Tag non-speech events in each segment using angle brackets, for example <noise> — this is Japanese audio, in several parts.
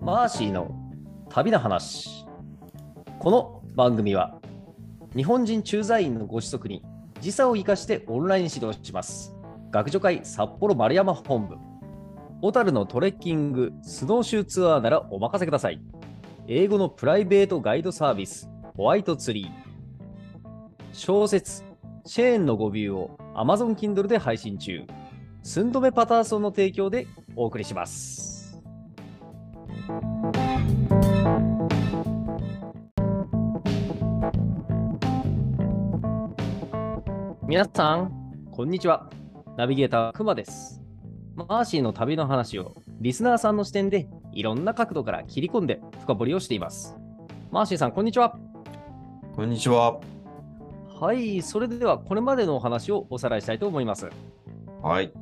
マーシーの旅の話この番組は日本人駐在員のご子息に時差を生かしてオンライン指導します学助会札幌丸山本部小樽のトレッキングスノーシューツアーならお任せください英語のプライベートガイドサービスホワイトツリー小説シェーンの語尾を Amazon Kindle で配信中寸止めパターソンの提供でお送りします。皆さん、こんにちは。ナビゲーター、くまです。マーシーの旅の話をリスナーさんの視点でいろんな角度から切り込んで深掘りをしています。マーシーさん、こんにちは。こんにちは。はい、それではこれまでのお話をおさらいしたいと思います。はい。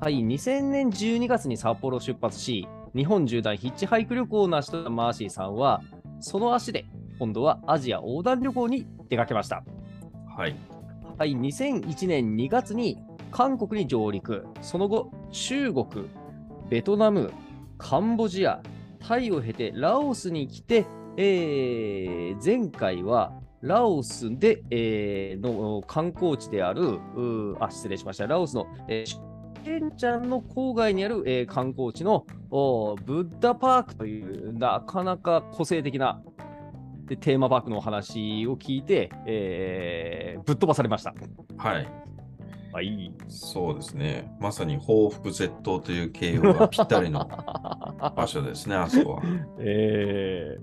はい、2000年12月に札幌を出発し、日本10代ヒッチハイク旅行を成し遂げたマーシーさんは、その足で今度はアジア横断旅行に出かけました。はい。はい、2001年2月に韓国に上陸、その後、中国、ベトナム、カンボジア、タイを経てラオスに来て、えー前回はラオスで、えーの観光地である、うーあ、失礼しました、ラオスの、えーケンちゃんの郊外にある、えー観光地のおーブッダパークというなかなか個性的なでテーマパークのお話を聞いて、えーぶっ飛ばされました。はい。はい。そうですね。まさに報復絶倒という形容がぴったり <laughs> の場所ですね、あそこえ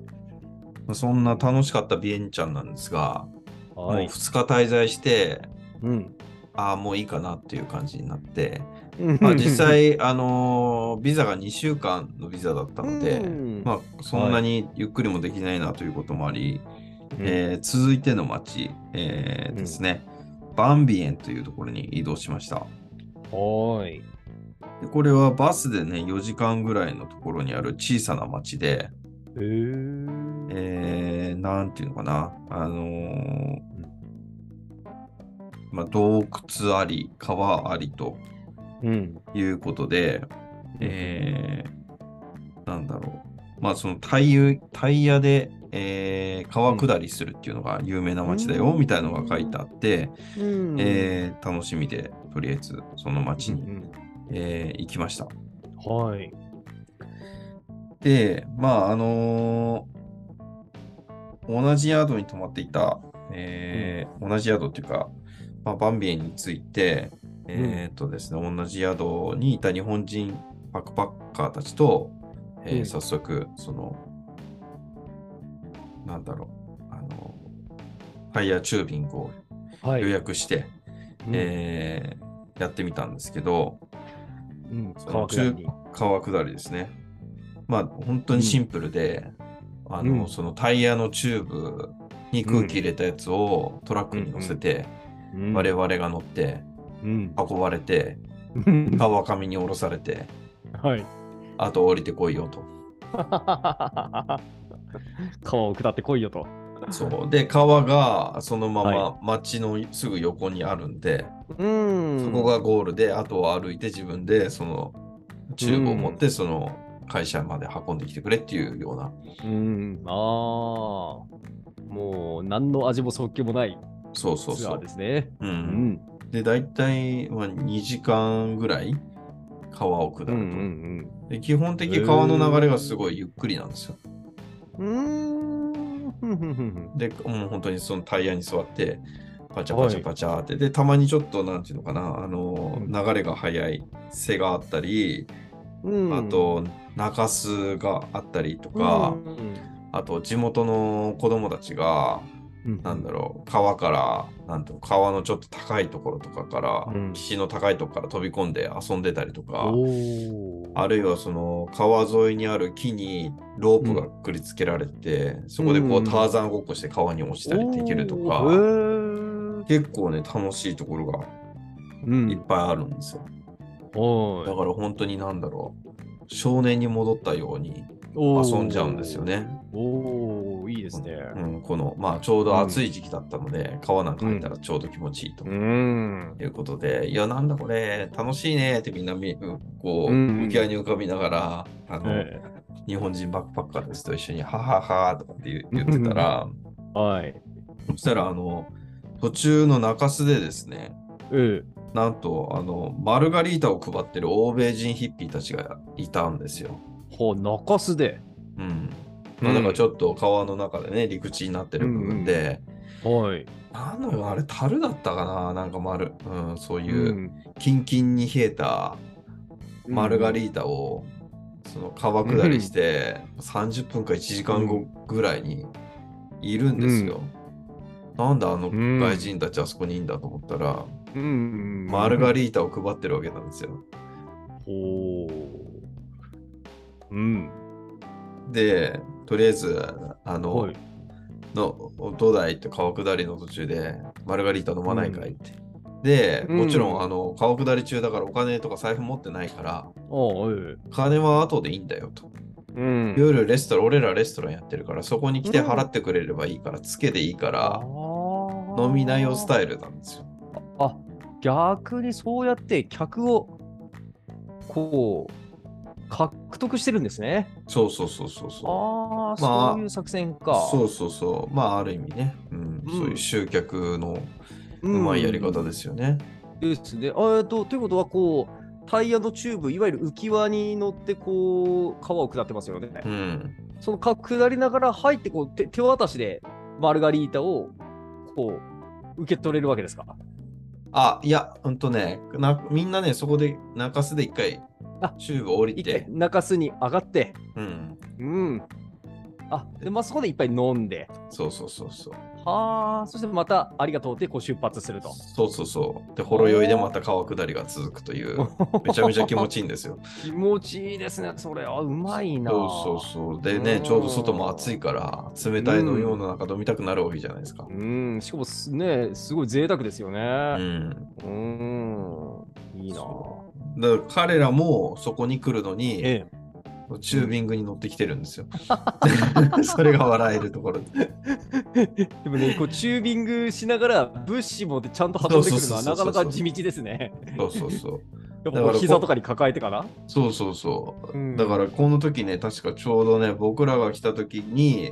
は。そんな楽しかったビエンチャンなんですが、ー、はも。いう2日滞在して、うん。ああ、もういいかなっていう感じになって、まあ、実際、あのービザが2週間のビザだったので、うんまあ、そんなにゆっくりもできないなということもあり、うんえー続いての町、えーうんですね、バンビエンというところに移動しました。はーい。でこれはバスでね、4時間ぐらいのところにある小さな町で、えーえー、なんていうのかな、あのーまあ、洞窟あり、川ありとうん。いうことで、えー、なんだろう、まあ、そのタイユタイヤで、えー川下りするっていうのが有名な町だよ、うんみたいなのが書いてあって、うんえー楽しみで、とりあえずその町うに、んえー行きました。はい。で、まあ、あのー同じ宿に泊まっていた、えー同じ宿っていうか、まあ、バンビエンについて、えーっとですね、同じ宿にいた日本人バックパッカーたちと、えーうん早速、その、なんだろう、あの、ファイヤーチュービングをはい。予約して、うんえーやってみたんですけど、うんその川下中り。川下りですね。まあ本当にシンプルで、あのうんそのタイヤのチューブに空気入れたやつをトラックに乗せて、うん我々が乗ってうん。運ばれて、川上に降ろされて、はい。あと降りてこいよと。川を下ってこいよと。そうで川がそのまはま町のすぐ横にあるんで、うんそこがゴールであとは歩いて自分でそのチューブを持ってその会社まで運んできてくれっていうようなうん、ああ、もう何の味も即興もないそうそうツそアーうで。すね。ううんん、で、大体、まあ、2時間ぐらい川を下るうと、ん、で。基本的に川の流れがすごいゆっくりなんですよ。うん、うん。うーん、ふんふんふんふんで、もう本当にそのタイヤに座って、パチャパチャパチャって、で、たまにちょっと、なんていうのかな、あの、うん流れが速い瀬があったり、うんあと、中州があったりとか、あと、地元の子供たちが、うん、なんだろう、川から、なんと川のちょっと高いところとかから、うん岸の高いところから飛び込んで遊んでたりとか、おーあるいはその川沿いにある木にロープがくくりつけられて、そこでこうんうターザンごっこして川に落ちたりできるとか、おーへー結構ね楽しいところがういっん、ぱいあるんですよ。おだから本当になんだろう少年に戻ったようにー遊んじゃうんですよね。おお、いいですね。うん、このまあちょうど暑い時期だったので、川なんか入ったらちょうど気持ちいいと。うん、いうことで、いや、なんだこれ、楽しいねってみんなみ、こう、うん浮き輪に浮かびながら、あの、え日本人バックパッカーたちと一緒に、はははとかって言言ってたら、はい。そしたら、あの、途中の中洲でですね、うん。なんと、あの、マルガリータを配ってる欧米人ヒッピーたちがいたんですよ。ほう、中洲で。うん。まあ、だからちょっと川の中でね、陸地になってる部分で、はい。なんだろう、あれ、樽だったかななんか丸、うん、そういうう、んキンキンに冷えたマルガリータを、その川下りして、30分か1時間後ぐらいにいるんですよ。なんであのうん外人たちあそこにいんだと思ったら、うん。マルガリ。リータを配ってるわけなんですよ。ほう。うん。で、とりあえず、あの、はい。の土台って川下りの途中でマルガリータ飲まないかいって。で、もちろん、うんあの川下り中だからお金とか財布持ってないから、ああ、え金は後でいいんだよと。え。うん。夜レストラン、俺らレストランやってるから、そこに来て払ってくれればいいから、つけでいいから、飲みなよスイタイルなんですよ。ル。逆にそうやって客を、こう、獲得してるんですね。そうそうそうそうあそあ、まあそういう作戦うか。。そうそうそう。まあ、ある意味ね、うんうんそういう集客のううんまいやり方ですよね。ですね。あーえっとということは、こう、タイヤのチューブ、いわゆる浮き輪に乗って、こう、川を下ってますよね。うん。その川下りながら入って、こう手、手渡しでマルガリータを、こう、受け取れるわけですか。あ、いや、ほんとね、なみんなね、そこで中洲で一回あ、チューブ降り一回て、中洲に上がって、うん。うん。あ、で、まあ、そこでいっぱい飲んで、そうそうそうそう。はあ、そしてまたありがとうってこう出発すると。そうそうそう。で、ほろ酔いでまた川下りが続くという、めちゃめちゃ気持ちいいんですよ。気持ちいいですね、それ。あ、うまいな。そうそうそう。でうね、んちょうど外も暑いから、冷たい飲み物なんか飲みたくなるわけじゃないですか。うん、しかもすね、すごい贅沢ですよね。うん。うーん、いいなぁ。そうだから彼らもそこに来るのに、えチュービングに乗ってきてるんですよ。 <laughs> それが笑えるところで。でもね、こうチュービングしながら物資もちゃんと運んでくるのはそうそうそうそうなかなか地道ですね。そうそうそう。やっぱだかこらうこう膝とかに抱えてかな。そうそうそう。うんだから、この時ね、確かちょうどね、僕らが来た時に、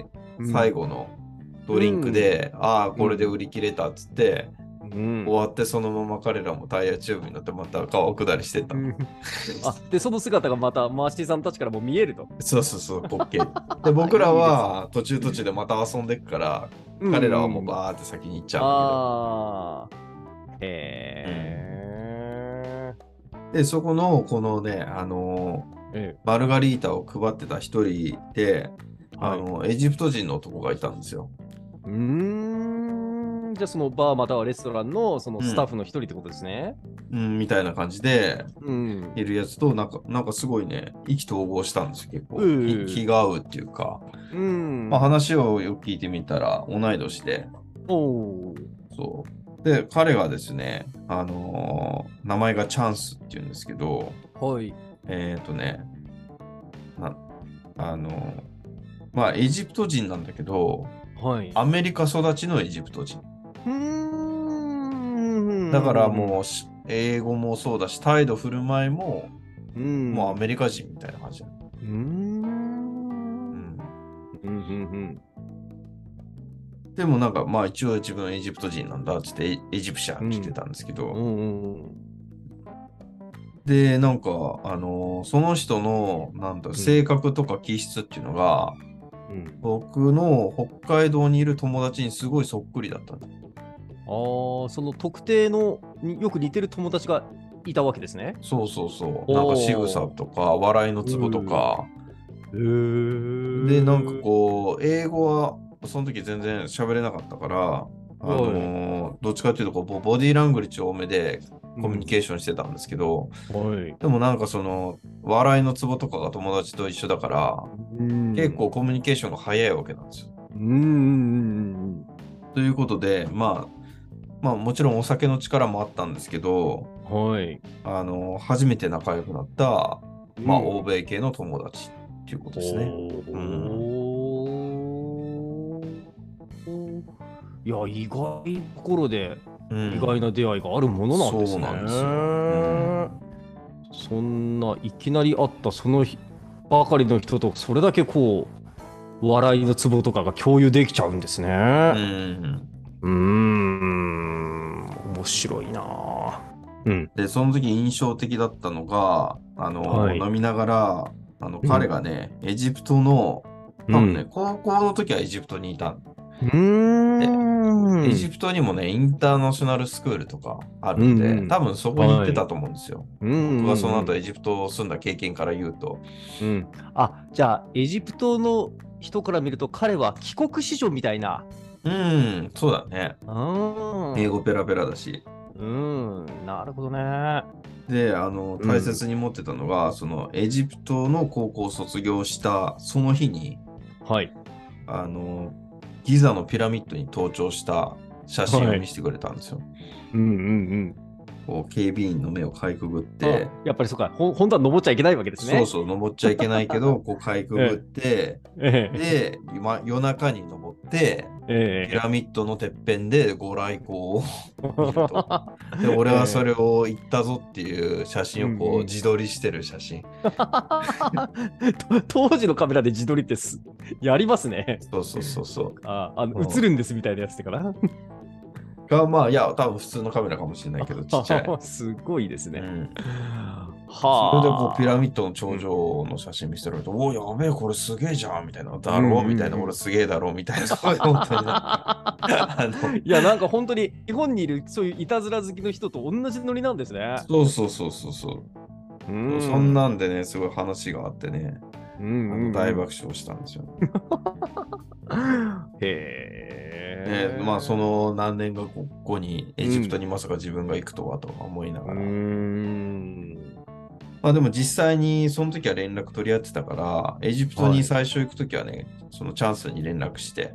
最後のドリンクで、ああ、これで売り切れたっつって、うん、終わってそのまま彼らもタイヤチューブに乗ってまた川下りしてった。うんあで、その姿がまたマーシティさんたちからも見えると。そうそうそう、滑 <laughs> 稽。で、僕らは途中途中でまた遊んでくから、彼らはもうーバーって先に行っちゃうんだあーへけど。で、そこの、このね、あのーーえマルガリータを配ってた一人で、あのエジプト人の男がいたんですよ。うーんじゃあそのバーまたはレストランのそのスタッフの一人ってことですね。うん、みたいな感じで、うん。いるやつと、なんか、なんかすごいね、意気投合したんですよ、結構。うん気気が合うっていうか、うん。まあ、話をよく聞いてみたら、同い年で、おーそう。で、彼がですね、あのー名前がチャンスっていうんですけど、はい。えっ、とね、なあのーまあ、エジプト人なんだけど、はい。アメリカ育ちのエジプト人。うーんだからもうし、英語もそうだし、態度振る舞いも、う、うん、もうアメリカ人みたいな感じだ、うーんう。んうんうんでもなんか、まあ一応自分エジプト人なんだって言って、エエジプシャンって言ってたんですけど、うんうんうんで、なんか、あのーその人の、なんだ、性格とか気質っていうのが、うん僕の北海道にいる友達にすごいそっくりだったの。ああ、その特定のによく似てる友達がいたわけですね。そうそうそう。おーなんか仕草とか、笑いのツボとか。へえで、なんかこう、英語は、その時全然喋れなかったから、あのーどっちかっていうとこうボ、ボディーラングリッジ多めでコミュニケーションしてたんですけど、ーション。はい。でもなんかその、笑いのツボとかが友達と一緒だから、結構。コミュニケーションが早いわけなんですよ。うんうんうんということで、まあ、まあもちろんお酒の力もあったんですけど、うん。はい。あの、初めて仲良くなった、まあ、うん欧米系の友達っていうことですね。おーうんいや、意外なところでうん意外な出会いがあるものなんですね。そうなんですようんそんないきなりあったその日ばかりの人とそれだけこう笑いのツボとかが共有できちゃうんですね。ん。うーん、面白いなぁ。うん、で、その時印象的だったのが、あの、はい飲みながら、あのうん彼がね、エジプトの、う多分ね、ん、高校の時はエジプトにいた。うーんエジプトにもね、インターナショナルスクールとかあるんで、うんうん多分そこに行ってたと思うんですよ。うん僕はその後エジプトを住んだ経験から言うと、うん、あじゃあエジプトの人から見ると彼は帰国子女みたいな。うん、そうだね。うん、英語ペラペラだし。うん、なるほどね。で、あの、うん大切に持ってたのが、そのエジプトの高校を卒業したその日に、はい。あの、ギザのピラミッドに登頂した写真を見せてくれたんですよ。うんうんこう警備員の目をかいくぐっうん。て、あやっぱりそうか、ほん本当は登っちゃいけないわけですね。そうそう、登っちゃいけないけど、こうかいくぐ <laughs> って、ええで、今夜中に登って、えピえラミッドのてっぺんでご来光 <laughs> を見ると。で、俺はそれを行ったぞっていう写真をこうんううん自撮りしてる写真。 <laughs> と当時のカメラで自撮りってすやりますね。そうそうそうそう。ああのうん映るんですみたいなやつだから。が、まあ、いや、多分普通のカメラかもしれないけど、ち <laughs> っちゃい。すごいですうね。ん、はそれであこ。うピラミッドの頂上の写真見せてると、おお、やべえ、これすげえじゃんみたいな、だろうみたいな、うんうんうん俺すげえだろうみたいな、そういう本当にねあのいやなんか本当に日本にいるそういういたずら好きの人と同じノリなんですね。そうそうそうそうそう、うそんなんでね、すごい話があってね、うあんうのん、大爆笑したんですよ。へでえ。まあ、その何年か後にエジプトにまさか自分が行くとはとは思いなうがーら、ん。まあでも実際にその時は連絡取り合ってたから、エジプトに最初行く時はね、そのチャンスに連絡して、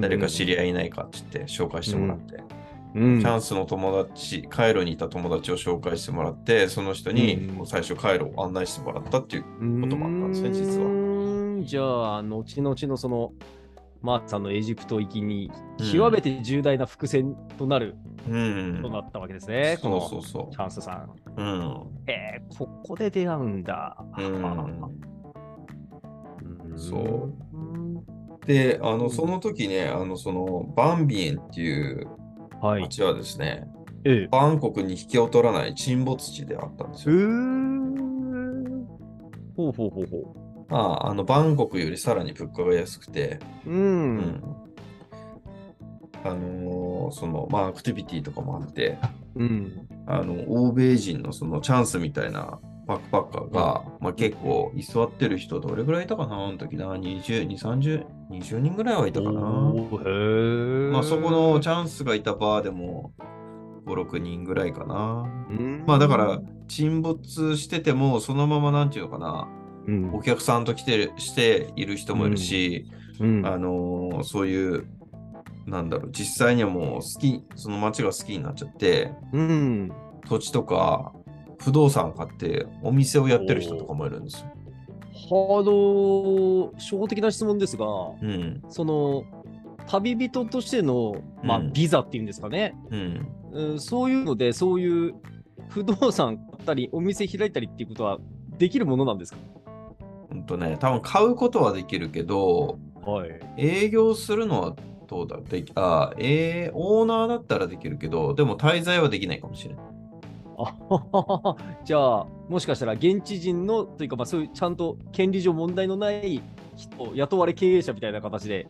誰か知り合いいないかって言って紹介してもらっ合て、い、うんチャンスの友達、カイロにいた友達を紹介してもらって、その人うにんもう最初カイロを案内してもらったっていう、こともあったんですね実はは。じゃあ、後々のその、マークさんのエジプト行きに、極めて重大な伏線となるうんとなったわけですね、こそのうそうそチャンスさん。う。うん。えー、ここで出会うんだ。うん、んそううん。で、あうの、んその時ね、あの、その、バンビエンっていうはい。町はですね、ええ。バンコクに引けを取らない沈没地であったんですうよ。ーほうほうほうほまあ、あの、バンコクよりさらに物価が安くて、う。うん。あのーその、まあ、アクティビティとかもあって、うん。あの、欧米人のそのチャンスみたいなバックパッカーが、まあ、結構居座ってる人、どれぐらいいたかなあの時な、20、20 30、20人ぐらいはいたかな。おーへえ。まあ、そこのチャンスがいたバーでも、5、6人ぐらいかな。まあ、だから、沈没してても、そのまま、なんていうのかな、うん、お客さんと来てる、している人もいるし、うんあのーそういう、なんだろう、実際にはもう好き、その街が好きになっちゃって、うん、土地とか不動産を買ってお店をやってる人とかもいるんですよ。ハード、初歩的な質問ですが、うん。その、旅人としての、まあ、うんビザっていうんですかね、うん。うん、そういうので、そういう不動産買ったり、お店開いたりっていうことはできるものなんですかほんとね、多分買うことはできるけど、はい。営業するのはどうだできあ、えーオーナーだったらできるけど、でも滞在はできないかもしれない。あ <laughs> じゃあ、もしかしたら現地人の、というか、まあ、そういうちゃんと権利上問題のない人、雇われ経営者みたいな形で、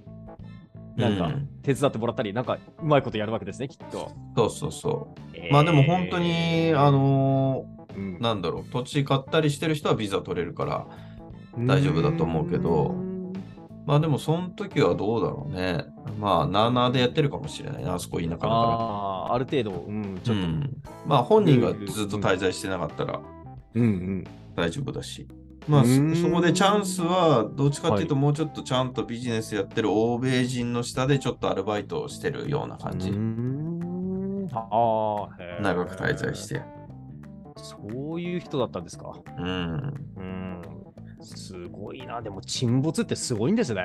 なんうかん手伝ってもらったり、なんかうまいことやるわけですね、きっと。そうそうそう。まあでも本当に、あのうんーなんだろう、土地買ったりしてる人はビザ取れるから、大丈夫だと思うけどうんまあでもその時はどうだろうね。まあ、なーなーでやってるかもしれないな、あそこ田舎だかああ、ある程度、うん、ちら。ょうっと。ん。まあ本人がずっと滞在してなかったらうんうん。大丈夫だし。まあうそーんそこでチャンスはどっちかっていうともうちょっとちゃんとビジネスやってる欧米人の下でちょっとアルバイトをしてるような感じ。うんああ、へー長く滞在し。て。そういう人だったんですか。うん。うん。すごいな、でも沈没ってすごいんですね。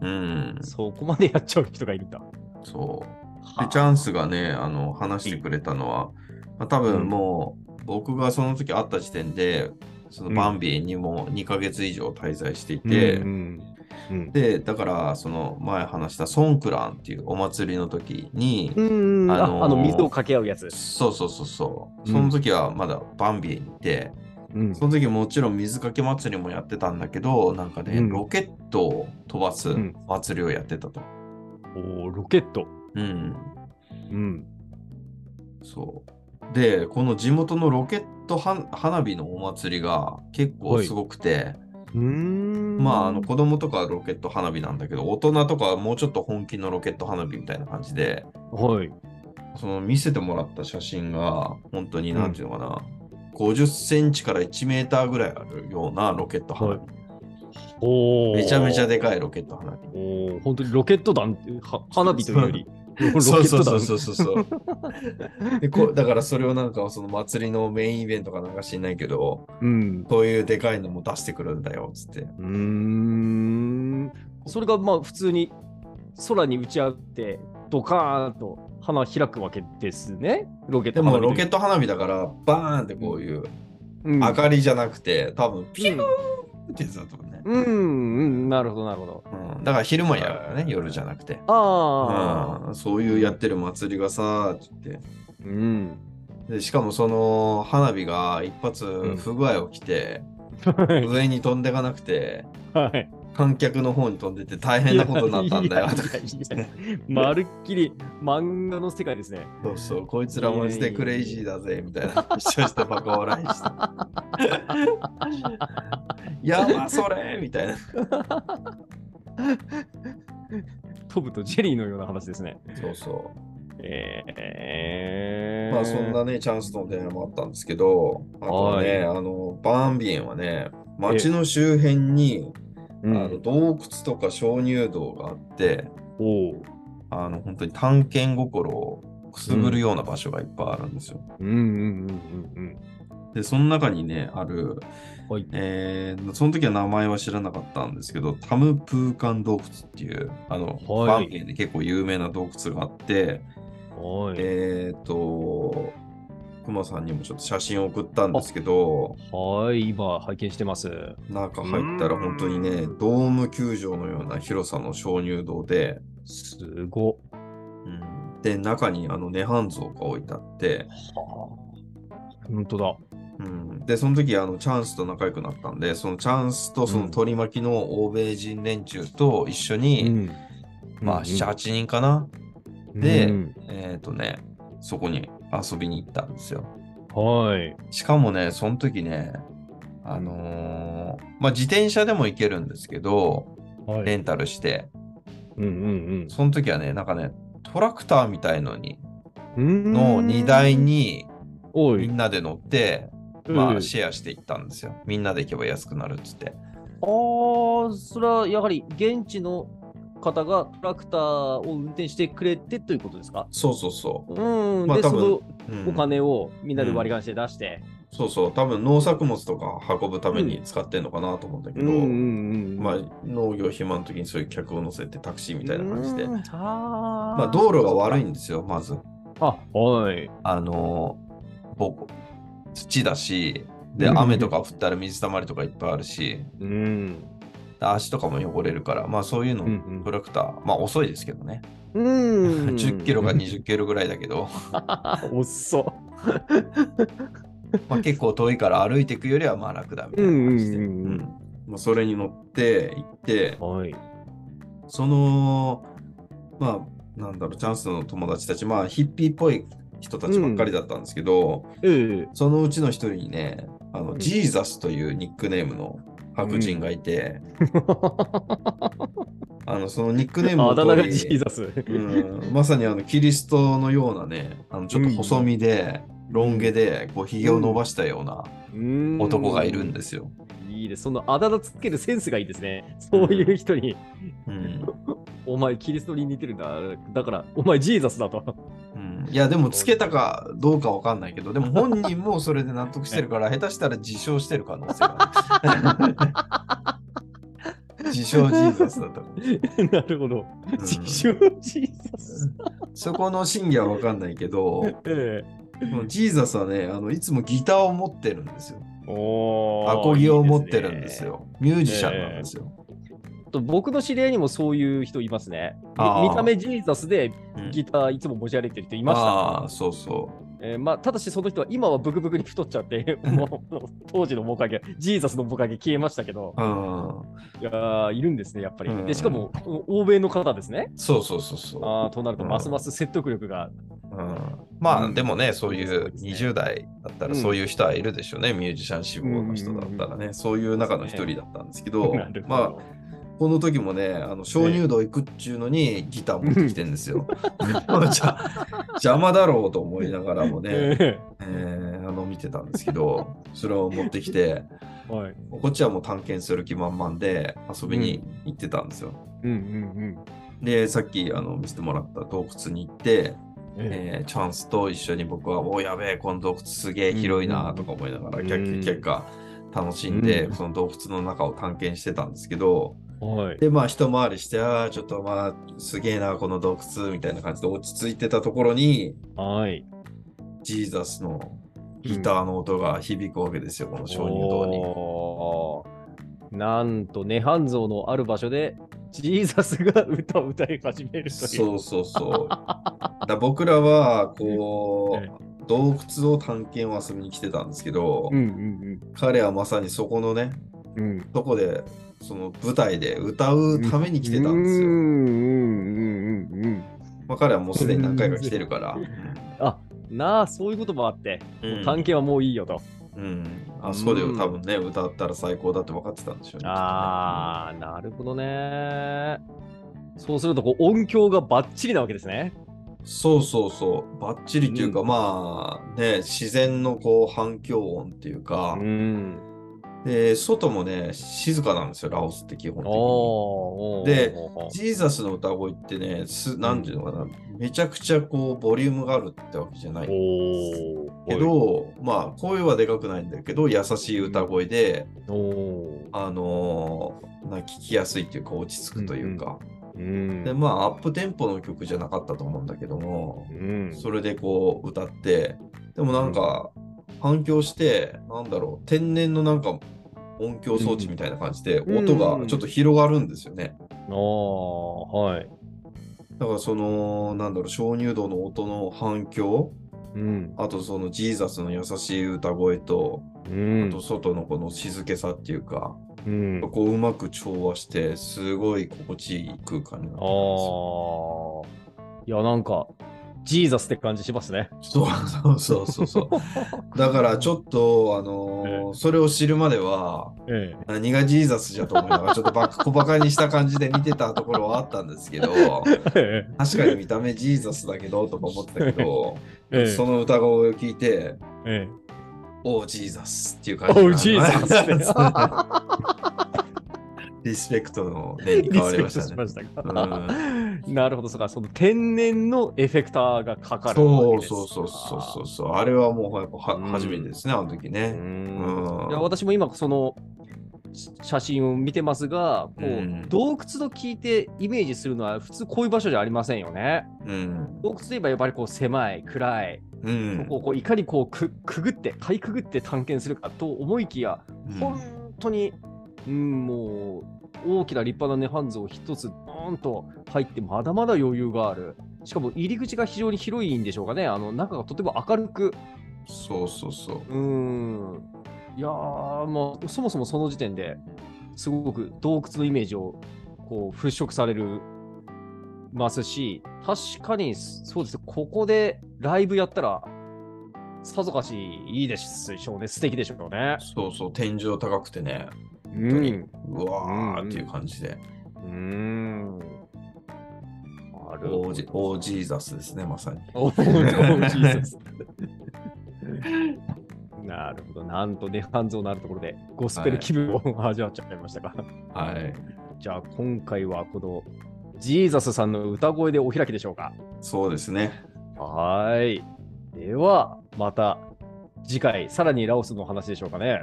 うん。そこまでやっちゃう人がいるんだ。そう。はあで、チャンスがね、あの、話してくれたのは、まあ、多分もう僕がその時会った時点で、そのバンビエにも2ヶ月以上滞在していて、うんうんで、だから、その前話したソンクランっていうお祭りの時に、うんああのーあの水をかけ合うやつ。そうそうそうそう、うんその時はまだバンビエにいて、うんその時もちろん水かけ祭りもやってたんだけど、なんかね、うんロケットを飛ばすん祭りをやってたと。おーロケット。うん、うん。そう。で、この地元のロケットは花火のお祭りが結構すごくて、うーんまあ、あの子供とかはロケット花火なんだけど、大人とかはもうちょっと本気のロケット花火みたいな感じで、はい。その見せてもらった写真が、本当になんていうのかな、50センチから1メーターぐらいあるようなロケット花火。おーめちゃめちゃでかい <laughs> ロケット花火。おー本当にロケット弾っては花火というよりロケットそう弾そうそうそうそうそう。でこだからそれをなんかその祭りのメインイベントかなんか知んないけど、うんそういうでかいのも出してくるんだよっつって。うーんそれがまあ普通に空に打ち合ってドカーンと花開くわけですねロケッでトもロケット、ト花火だからバーンってこういううん、明かりじゃなくて多分ピューってやつだと思うね。うんうんなるほどなるほどうん、だから昼間やるよね、夜じゃなくて。ああうん、そういうやってる祭りがさ、つって。うん、でしかもその花火が一発ん不具合をきて、はい上に飛んでいかなくて、はい観客の方に飛んでって大変なことになったんだよとか言っていやいやまるっきり漫画の世界ですねそうそう、こいつらマジでクレイジーだぜ、みたいな話をしてバカ笑いした。 <laughs> やば、それみたいな。飛ぶとジェリーのような話ですねそうそえー、う。まあそんなね、チャンスの電話もあったんですけど、あとはね、あの、バーンビエンはね、町の周辺に、うあのん、洞窟とか鍾乳洞があって、おうあの、本当に探検心をくすぐるような場所がいっぱいあるんですよ。うんうんうんうんで、その中にね、ある、うんはいえーその時は名前は知らなかったんですけど、タムプーカン洞窟っていう、あの、はいバンゲンで結構有名な洞窟があって、はいえっ、と、クマさんにもちょっと写真を送ったんですけど、はい、今拝見してます。中入ったら本当にね、うんドーム球場のような広さの鍾乳洞で、すごっ。うんで、中にあの、涅槃像が置いてあって、はあ。本当だ。うんで、その時あのチャンスと仲良くなったんで、そのチャンスとその取り巻きの欧米人連中と一緒に、まあ、7、8人かな、でうんえっ、とね、そこに遊びに行ったんですよ。はい。しかもね、その時ね、あのーまあ、自転車でも行けるんですけど、はレい。ンタルして、うんうんその時はね、なんかね、トラクターみたいのに、うん。の荷台に。におみい。んなで乗って、まうあ、んシェアしていったんですよ。みんなで行けば安くなるっつって。ああ、それはやはり現地の方がトラクターを運転してくれてということですかそうそうそうん。まあで、そ多分のう。うんお金をみんなで割り勘して出して。そうそう。多分農作物とか運ぶために使ってんのかなと思うんだけど、うんまあ、農業暇の時にそういう客を乗せてタクシーみたいな感じで。うんあまあ、道路が悪いい。んですよ、まず。あ、はい。あのー、ぼ土だし、で、うん雨とか降ったら水たまりとかいっぱいあるし、うん。で足とかも汚れるから、まあそういうの、うんうんトラクター、まあ遅いですけどね。うん。 <laughs> 10キロ <laughs> か20キロぐらいだけど、遅まあ結構遠いから歩いていくよりはまあ楽だみたいな感じで。うんうんうんうんまあ、それに乗って行って、はい。その、まあ、なんだろう、チャンスの友達たち、まあヒッピーっぽい人たちばっかりだったんですけど、ええ <laughs> そのうちの一人にね、あの、うんジーザスというニックネームの白人がいて、あの、そのニックネームあのだ名が通りジーザス。うん、まさにあの、キリストのようなね、あの、ちょっと細身で、ロン毛で、こう、ひげを伸ばしたような男がいるで。んですよ。いいです。そのあだ名つけるセンスがいいですね。そういう人に、うん。お前キリストに似てるんだ。だから、お前ジーザスだと。 <laughs> うんいや、でも、つけたかどうかわかんないけど、でも本人もそれで納得してるから、下手したら自称してる可能性がある。 <laughs> 自称ジーザスだった。なるほど。うん自称ジーザス。そこの真偽はわかんないけど、ええでもジーザスはね、あのいつもギターを持ってるんですよ。おアコギを持ってるんです。いいよ。ミュージシャンなんですよ。と僕の知り合いにもそういう人いますね。あーみ見た目ジーザスでうんギターいつも持ち歩いてる人いました。ああ、そうそう。えーまあ、ただしその人は今はブクブクに太っちゃって、もう当時の面影、ジーザスの面影消えましたけど、うん。いやーいるんですね、やっぱり。うでんしかも欧米の方ですね。そうそうそうそあーとなると、うんますます説得力が。う。うん、まうあ、んでもね、そういそううですね20代だったうらんそういう人はいるでしょうね。ミュージシャン志望の人だったらね。そういう中の一人だったんですけ <laughs> どなる、ほまあ、ど。この時もね、あの鍾乳洞行くっちゅうのにギター持ってきてんで <laughs> すよ。じゃ邪魔だろうと思いながらもね、ええーあの見てたんですけど、それを持ってきて、ー <laughs> はい。こっちはもう探検する気満々で遊びに行ってたんですよ。うんうんで、さっきあの見せてもらった洞窟に行って、うん。ええーチャンスと一緒に僕は、おやべえ、この洞窟すげえ広いなとか思いながら、うんキャッキャッキャッカ楽しんで、うんその洞窟の中を探検してたんですけど、ーはい。で、まあ、一回りして、ああ、ちょっとまあ、すげえな、この洞窟、みたいな感じで落ち着いてたところに、はい。ジーザスのギターの音が響くわけですよ、この鍾乳洞に。おーなんと、涅槃像のある場所で、ジーザスが歌を歌い始めるという。そうそ <laughs> うそう。だから僕らは、こええう、洞窟を探検を遊びに来てたんですけど、うんうん彼はまさにそこのね、うん。うん。そこで、その舞台で歌うために来てたんですうよ。んうんうんうんうん。まあ、彼はもうすでに何回か来てるから。あなあ、そういうこともあって、うん探検はもういいよと。うん、あそこで多分ね、歌ったら最高だって分かってたんでしょうね。ああ、なるほどね。そうするとこう音響がバッチリなわけですね。きっとねそうそうそう、ばっちりというか、うんまあね、自然のこう反響音っていうか、ん。で、外もね、静かなんですよ、ラオスって基本的おーに。おー。でおー、ジーザスの歌声ってね、すなんていうのかな、めちゃくちゃこうボリュームがあるってわけじゃないおーけ、ど、まあ声はでかくないんだけど、優しい歌声で、おーあのーな聞きやすいっていうか、落ち着くというか、うんで、まあアップテンポの曲じゃなかったと思うんだけども、うんそれでこう歌って、でもなんか反響して、なんだろう、天然のなんか音響装置みたいな感じで、うん音がちょっと広がるんですよね。ああ、はい。だからその、なんだろう、鍾乳洞の音の反響、うん。あとそのジーザスの優しい歌声と、うんあと外のこの静けさっていうか、うんあこううまく調和して、すごい心地いい空間になってあまー。いや、なんか、ジーザスって感じしますね。すよ。そうそうそうそう <laughs> そう。だからちょっと、あのーそれを知るまでは、え何がジーザスじゃと思いなが <laughs> ら、ちょっとばっ小バカにした感じで見てたところはあったんですけど、え。確かに見た目ジーザスだけどとか思ってたけど、ええその歌声を聞いて、ええ。おう、ジーザスっていう感じ。おう、ジーザスって。 <laughs> リスペクトの念に変わりましリたスねペ。クトしましたか。 <laughs> なるほど、そうか、その天然のエフェクターがかかるそわけうですか。そうそうそうそうそう。あれはもうやっぱはうん初めてですね、あの時うね。んうんいや私も今そのし写真を見てますが、こううん洞窟と聞いてイメージするのは普通こういう場所じゃありませんよね。うん。洞窟といえばやっぱりこう狭い、暗い、うこんこをこういかにこうくくぐって、かいくぐって探検するかと思いきや、うん本当に、うん、もう大きな立派な涅槃像一つドーンと入ってまだまだ余裕があるしかも入り口が非常に広いんでしょうかねあの中がとても明るくそうそうそう。うんいやーもうそもそもその時点ですごく洞窟のイメージをこう払拭されるますし確かにそうですねここでライブやったらさぞかしいいでしょうね素敵でしょうね。そうそう、天井高くてね、本当にうわーっていう感じで。うーん。なるオほ <laughs> ージど。オージーザスですね、まさに。おージーザスなるほど。なんとね、半蔵のあるところでゴスペル気分を味わっちゃいましたか。 <laughs> はい。じゃあ今回はこのジーザスさんの歌声でお開きでしょうか。そうですね。はーい。では、また次回、さらにラオスのお話でしょうかね。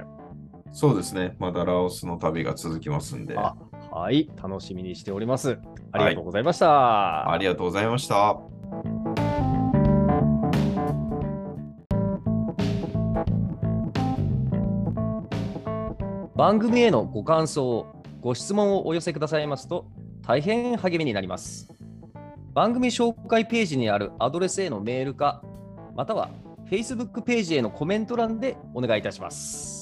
そうですね。まだラオスの旅が続きますんで。あはい。楽しみにしております。ありがとうございました。ありがとうございました。番組へのご感想、ご質問をお寄せくださいますと、大変励みになります。番組紹介ページにあるアドレスへのメールか、または Facebook ページへのコメント欄でお願いいたします。